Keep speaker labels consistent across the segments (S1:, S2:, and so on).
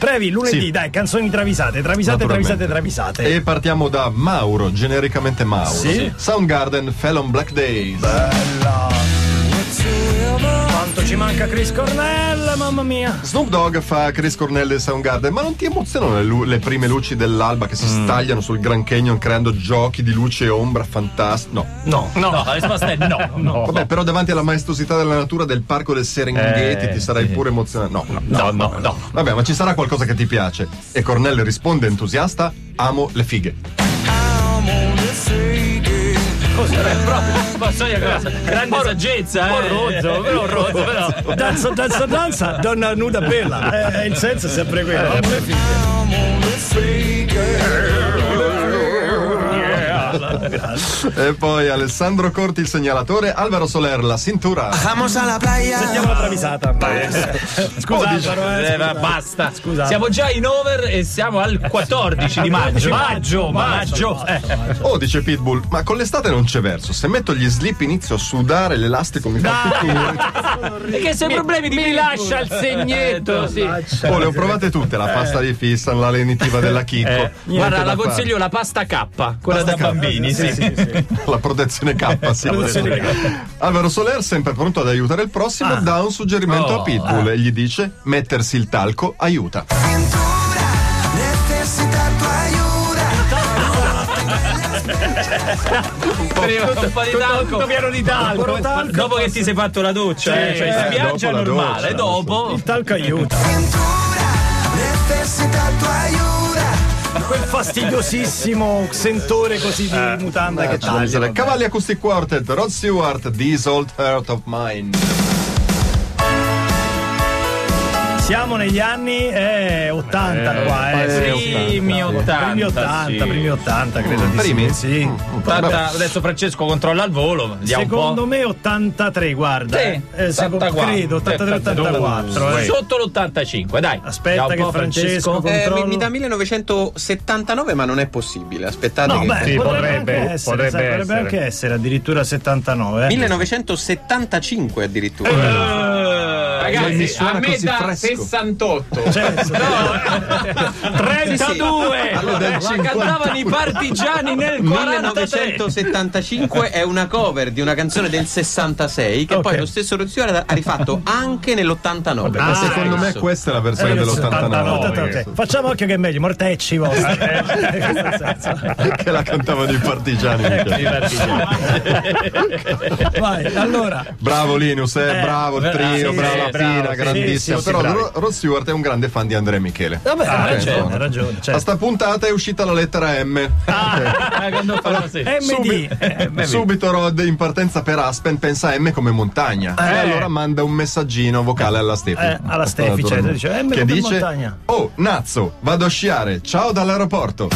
S1: Previ, lunedì,
S2: Sì.
S1: dai, canzoni travisate, travisate, travisate,
S2: Naturalmente.
S1: travisate.
S2: E partiamo da Mauro, genericamente Mauro.
S1: Sì.
S2: Soundgarden, Fell on Black Days.
S1: Bella. Quanto ci manca Chris Cornell, mamma mia.
S2: Snoop Dogg fa Chris Cornell e Soundgarden, ma non ti emozionano le, lu- le prime luci dell'alba che si stagliano sul Grand Canyon creando giochi di luce e ombra fantastici? No.
S1: No.
S3: No, la risposta è no.
S1: Oh.
S3: no.
S2: Vabbè, però davanti alla maestosità della natura del parco del Serengeti
S3: Eh,
S2: ti sarai
S3: sì.
S2: pure emozionato. No, no.
S3: No, no, no.
S2: Vabbè, ma ci sarà qualcosa che ti piace. E Cornell risponde entusiasta: Amo le fighe.
S3: Così, eh, proprio, ma sai una cosa? Grande saggezza, eh.
S1: po' rozzo,
S3: però rozzo, però.
S1: Danza, danza, danza, donna nuda bella. Eh, il senso è sempre quello.
S3: Eh,
S2: E poi Alessandro Corti, il segnalatore, Alvaro Soler, la cintura.
S4: Vamos a la playa.
S1: Sentiamo la travisata. Scusa, Alvaro, eh,
S3: Eh,
S1: scusa.
S3: ma basta.
S1: Scusa.
S3: Siamo già in over e siamo al 14 di maggio. Maggio, maggio. eh.
S2: Oh, dice Pitbull, ma con l'estate non c'è verso. Se metto gli slip inizio a sudare l'elastico mi fa tutto.
S3: Perché se hai problemi Eh, ti rilascia il segnetto. sì.
S2: Oh, le ho provate tutte, la pasta di Fissan, la lenitiva della Chicco.
S3: Eh,
S2: Niente
S3: guarda,
S2: da
S3: la consiglio la pasta K, quella
S2: Pasta
S3: da
S2: K.
S3: bambini. Sì,
S2: fare. La protezione K, sì.
S1: Protezione
S2: Alvaro Soler, sempre pronto ad aiutare il prossimo, dà un suggerimento
S3: Ah. Oh.
S2: a Pitbull e gli dice mettersi il talco aiuta.
S3: Eh,
S4: Cintura, necesita tu ayuda.
S3: Prima un po' di talco.
S1: pieno di talco.
S3: Dopo- Dopo che ti sei fatto la doccia, eh, cioè, in
S2: eh,
S3: spiaggia
S2: dopo la
S3: normale,
S2: doccia,
S3: dopo
S1: Il talco aiuta.
S4: Cintura, necesita tu ayuda.
S1: Quel fastidiosissimo sentore così di
S3: Eh.
S1: mutanda che
S2: Ci deve essere
S1: taglia.
S2: Cavalli Acoustic Quartet, Rod Stewart, This Old Heart of Mine.
S1: Siamo negli anni eh, 80 qua, eh.
S3: primi 80.
S1: Primi 80,
S3: sì.
S1: primi 80, credo di
S2: Primi?
S1: sì. sì.
S3: Tanta- adesso Francesco controlla al volo, vediamo un
S1: Secondo
S3: po'.
S1: me 83, guarda.
S3: Sì,
S1: eh. Eh, secondo-
S3: 84.
S1: credo 83 84. eh.
S3: Sotto l'85, dai.
S1: Aspetta
S3: Vediamo un
S1: che
S3: po',
S1: Francesco
S5: Eh,
S1: controllo.
S5: mi, mi dà 1979, ma non è possibile. Aspettate
S1: No,
S5: che.
S1: beh,
S6: Sì,
S1: potrebbe,
S6: potrebbe,
S1: anche essere,
S6: potrebbe
S1: sai, potrebbe
S6: essere.
S1: anche essere addirittura 79, eh.
S5: 1975 addirittura.
S3: Eh,
S2: Non mi
S3: Ragazzi,
S2: suona
S3: a me
S2: così
S3: da
S2: fresco.
S3: 68.
S1: Cioè,
S2: Allora, dai,
S3: Ma
S2: 50.
S3: cantavano Eh, i partigiani nel 43
S5: 1975 è una cover di una canzone del 66 che
S1: Ok.
S5: poi lo stesso Rod Stewart ha rifatto anche nell'89.
S2: Ma secondo me questa è la versione
S1: Eh,
S2: dell'89
S1: 89, ok. Facciamo occhio che è meglio, mortecci vostri. In questo senso.
S2: che la cantavano i
S1: Eh,
S2: partigiani. cioè.
S1: Vai, allora,
S2: Bravo Linus, eh,
S1: Eh,
S2: bravo il trio,
S1: sì,
S2: brava
S1: sì,
S2: Pina,
S1: bravo, sì,
S2: grandissimo.
S1: sì, sì,
S2: Però
S1: bravi. Certo.
S2: Ro- Rod Stewart è un grande fan di Andrea Michele.
S1: vabbè, ha
S2: insomma.
S1: ragione, ha ragione.
S2: A
S1: certo.
S2: sta puntata è uscita la lettera M.
S1: Ah,
S2: Cioè,
S3: Eh, quando fanno così.
S1: MD,
S2: Subito Rod in partenza per Aspen pensa a M come montagna e allora manda un messaggino vocale alla Stefi.
S1: Eh, alla Stefi,
S2: Naturalmente.
S1: certo, dice, "M
S2: che
S1: come
S2: dice
S1: montagna."
S2: "Oh, Nazzo, vado a sciare. Ciao dall'aeroporto."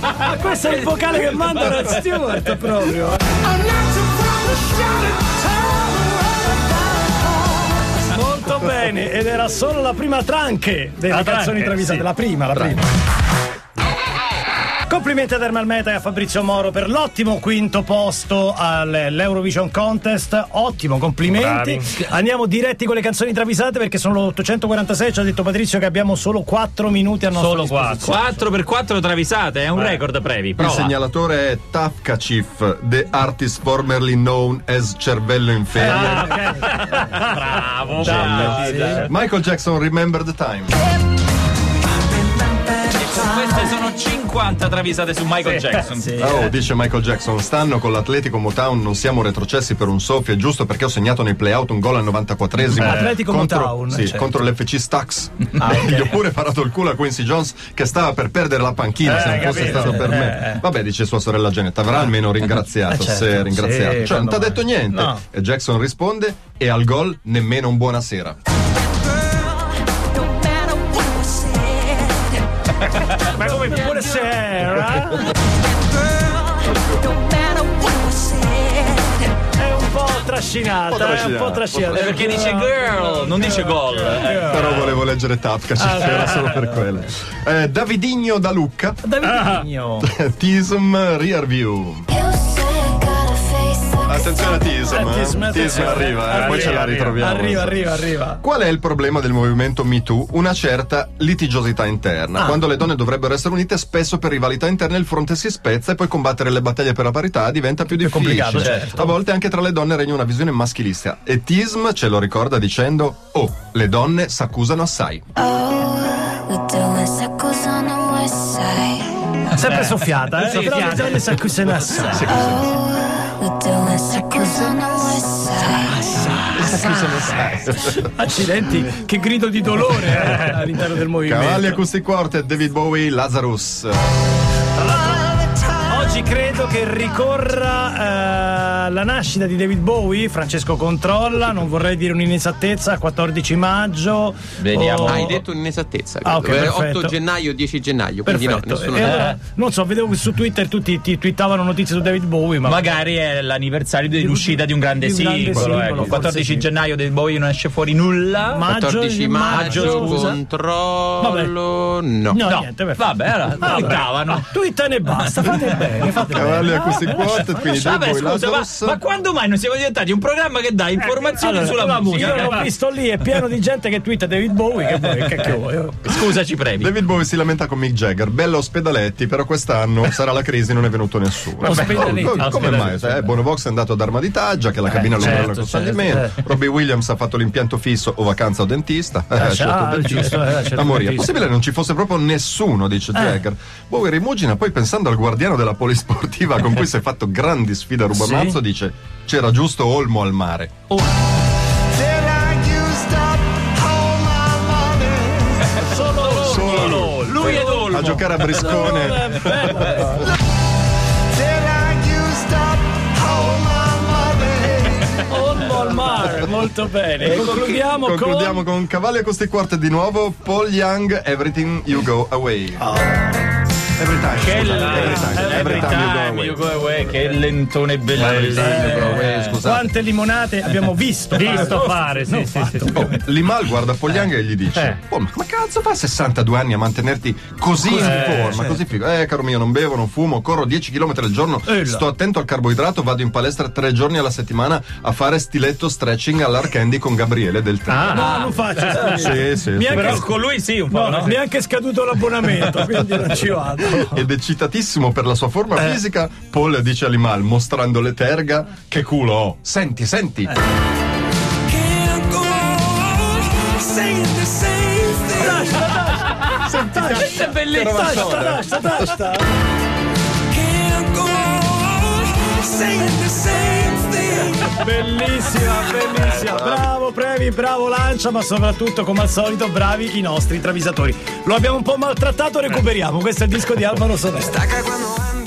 S1: Ma questo è il vocale che manda Rod Stewart proprio. Molto bene, ed era solo la prima tranche delle
S6: La tranche,
S1: canzoni travisate,
S6: sì.
S1: la prima, la prima. Complimenti ad Ermal Meta e a Fabrizio Moro per l'ottimo quinto posto all'Eurovision Contest. Ottimo, complimenti. Andiamo diretti con le canzoni travisate perché sono l'846. Ci ha detto Patrizio che abbiamo solo 4 minuti a nostra
S6: Solo
S1: disposizione.
S3: 4 per 4 travisate, è un record previ.
S2: Il
S3: Prova.
S2: segnalatore è Tafka Chief, the artist formerly known as Cervello in Ferie.
S1: Ah, ok.
S3: Bravo, bravo. sì, dai.
S2: Michael Jackson, Remember the Time.
S3: Queste sono 50 travisate su Michael Jackson.
S2: Oh, dice Michael Jackson, stanno con l'Atletico Motown, non siamo retrocessi per un soffio, è giusto perché ho segnato nei playout un gol al 94esimo.
S1: Atletico
S2: contro,
S1: Motown,
S2: Sì,
S1: certo. Ah,
S2: contro l'FC Stax. Gli ho pure parato il culo a Quincy Jones che stava per perdere la panchina
S1: Eh,
S2: se non fosse stato per me. Vabbè, dice sua sorella Janet, avrà almeno ringraziato,
S1: Ah. Eh, certo,
S2: se ringraziato.
S1: sì,
S2: cioè, non ti
S1: quando
S2: ha detto niente. E Jackson risponde, e al gol nemmeno un buonasera.
S1: Eh. Ma come buonasera? È un po' trascinata,
S2: Un po'
S1: è un po'
S2: trascinata,
S1: trascinata.
S3: Eh, Perché dice girl, non dice gol. Eh,
S2: Però volevo leggere Tapka,
S1: Ah,
S2: ci era solo per quello. Eh, Davidigno da Lucca,
S1: Davidinho.
S2: Tism Rear View. Attenzione a Tism. eh.
S1: Tism,
S2: Tism
S1: attenzione.
S2: arriva, eh. poi
S1: Arriva,
S2: ce la
S6: arriva.
S2: ritroviamo.
S1: Arriva, arriva, arriva.
S2: Qual è il problema del movimento MeToo? Una certa litigiosità
S1: Ah.
S2: interna. Quando le donne dovrebbero essere unite, spesso per rivalità interne il fronte si spezza e poi combattere le battaglie per la parità diventa più, difficile.
S1: complicato, certo.
S2: A volte anche tra le donne regna una visione maschilista. E Tism ce lo ricorda dicendo: Oh, le donne s'accusano assai.
S7: Oh, we doing circles on the west side.
S1: Sempre soffiata, eh?
S3: Sì,
S1: Però
S3: soffiata.
S1: bisogna sa- se ne assai.
S7: Oh, we doing circles on the west side.
S2: S'accusano assai.
S1: Accidenti, che grido di dolore eh, all'interno del movimento.
S2: Cavalli Acoustic Quartet, David Bowie, Lazarus.
S1: Oggi credo che ricorra eh, la nascita di David Bowie, Francesco Controlla, non vorrei dire un'inesattezza, 14 maggio.
S3: Vediamo.
S1: o-
S5: Ah, hai detto un'inesattezza.
S1: Ah,
S5: credo.
S1: ok,
S5: Eh,
S1: perfetto.
S5: 8 gennaio, 10 gennaio. Quindi
S1: Perfetto. Eh,
S5: no, nessuno.
S1: E allora, non so, vedevo che su Twitter tutti ti twittavano notizie su David Bowie, ma
S3: Magari è l'anniversario dell'uscita di un grande
S1: Di un grande
S3: singolo.
S1: singolo,
S3: ecco.
S1: forse
S3: 14
S1: sì.
S3: gennaio del Bowie non esce fuori nulla.
S1: Ma- maggio,
S5: 14 maggio,
S1: maggio, scusa.
S5: controllo. No.
S1: No,
S3: no,
S1: niente, perfetto.
S3: vabbè, allora twittavano.
S1: Twittane e basta, fate bene, fate bene.
S2: Cavalli Acoustic Quartet, quindi David
S3: Vabbè,
S2: Bowie,
S3: scusa, ma,
S2: Lazarus.
S3: ma quando mai non siamo diventati un programma che dà informazioni
S1: Allora,
S3: sulla musica?
S1: Io l'ho visto lì, è pieno di gente che twitta David Bowie, che vuoi, che cacchio vuoi? oh.
S3: Scusaci, premi.
S2: David Bowie si lamenta con Mick Jagger, bello ospedaletti, però quest'anno sarà la crisi, non è venuto nessuno.
S1: Ospedaletti,
S2: come, come
S3: ospedaletti,
S2: mai? Eh, Bono Vox è andato ad Arma di Taggia, che la cabina lo
S1: certo,
S2: urla costantemente. Robbie Williams ha fatto l'impianto fisso o vacanza o dentista. Eh, ha scelto il
S1: ah,
S2: dentista.
S1: giusto, eh, ha scelto
S2: Da
S1: il
S2: morire. È
S1: dentista.
S2: possibile che non ci fosse proprio nessuno,
S1: Eh.
S2: dice Jagger. Bowie rimugina, poi pensando al guardiano della polisportiva con cui si è fatto grandi sfide a Rubamazzo, dice c'era giusto Olmo al mare.
S4: Then I used up all my money.
S2: Solo
S3: Lui ed Olmo.
S2: A giocare a
S1: Eh,
S2: briscone.
S4: Then I used up all my money.
S1: Olmo al mare, molto bene. Concludiamo,
S2: Eh, Concludiamo
S1: con...
S2: con Cavalli Acoustic Quartet di nuovo, Paul Young, Everything You Go Away. Every time,
S3: Che
S2: Oh. scusate,
S3: la-
S2: every time, every time you go away.
S3: away, Che lentone
S2: Every
S3: bellissimo.
S2: time you go away, Eh, scusate.
S1: Quante limonate abbiamo visto?
S6: Visto
S1: Fatto.
S6: fare, sì,
S1: Non
S6: sì,
S1: fatto.
S6: sì.
S2: Oh, Limal guarda Paul Young e gli dice:
S6: Eh.
S2: "Oh, ma come cazzo fa 62 anni a mantenerti così in forma, così figo? Eh, caro mio, non bevo, non fumo, corro 10 km al giorno,
S1: Eh, là.
S2: sto attento al carboidrato, vado in palestra tre giorni alla settimana a fare stiletto stretching all'arcandy con Gabriele del Trio.
S1: No, non faccio. scusi.
S2: Sì, sì.
S1: Ah. Mi ha
S3: Però
S1: anche-
S3: con lui sì, un po',
S1: No,
S3: eh, no?
S1: no, neanche scaduto l'abbonamento, quindi non ci vado.
S2: Ed eccitatissimo per la sua forma fisica, Paul dice a Limal, mostrando le terga, che culo ho. Senti, senti.
S4: Can't go on saying the same thing.
S3: Questo è bellissimo.
S1: Tasta, tasta, tasta.
S4: Can't go on saying the same thing.
S1: Bellissima, bellissima. Eh, Bravo Previ, bravo Lancia, ma soprattutto come al solito bravi i nostri travisatori. Lo abbiamo un po' maltrattato, recuperiamo. Questo è il disco di Alvaro Sonesta.
S4: Taca cuando anda.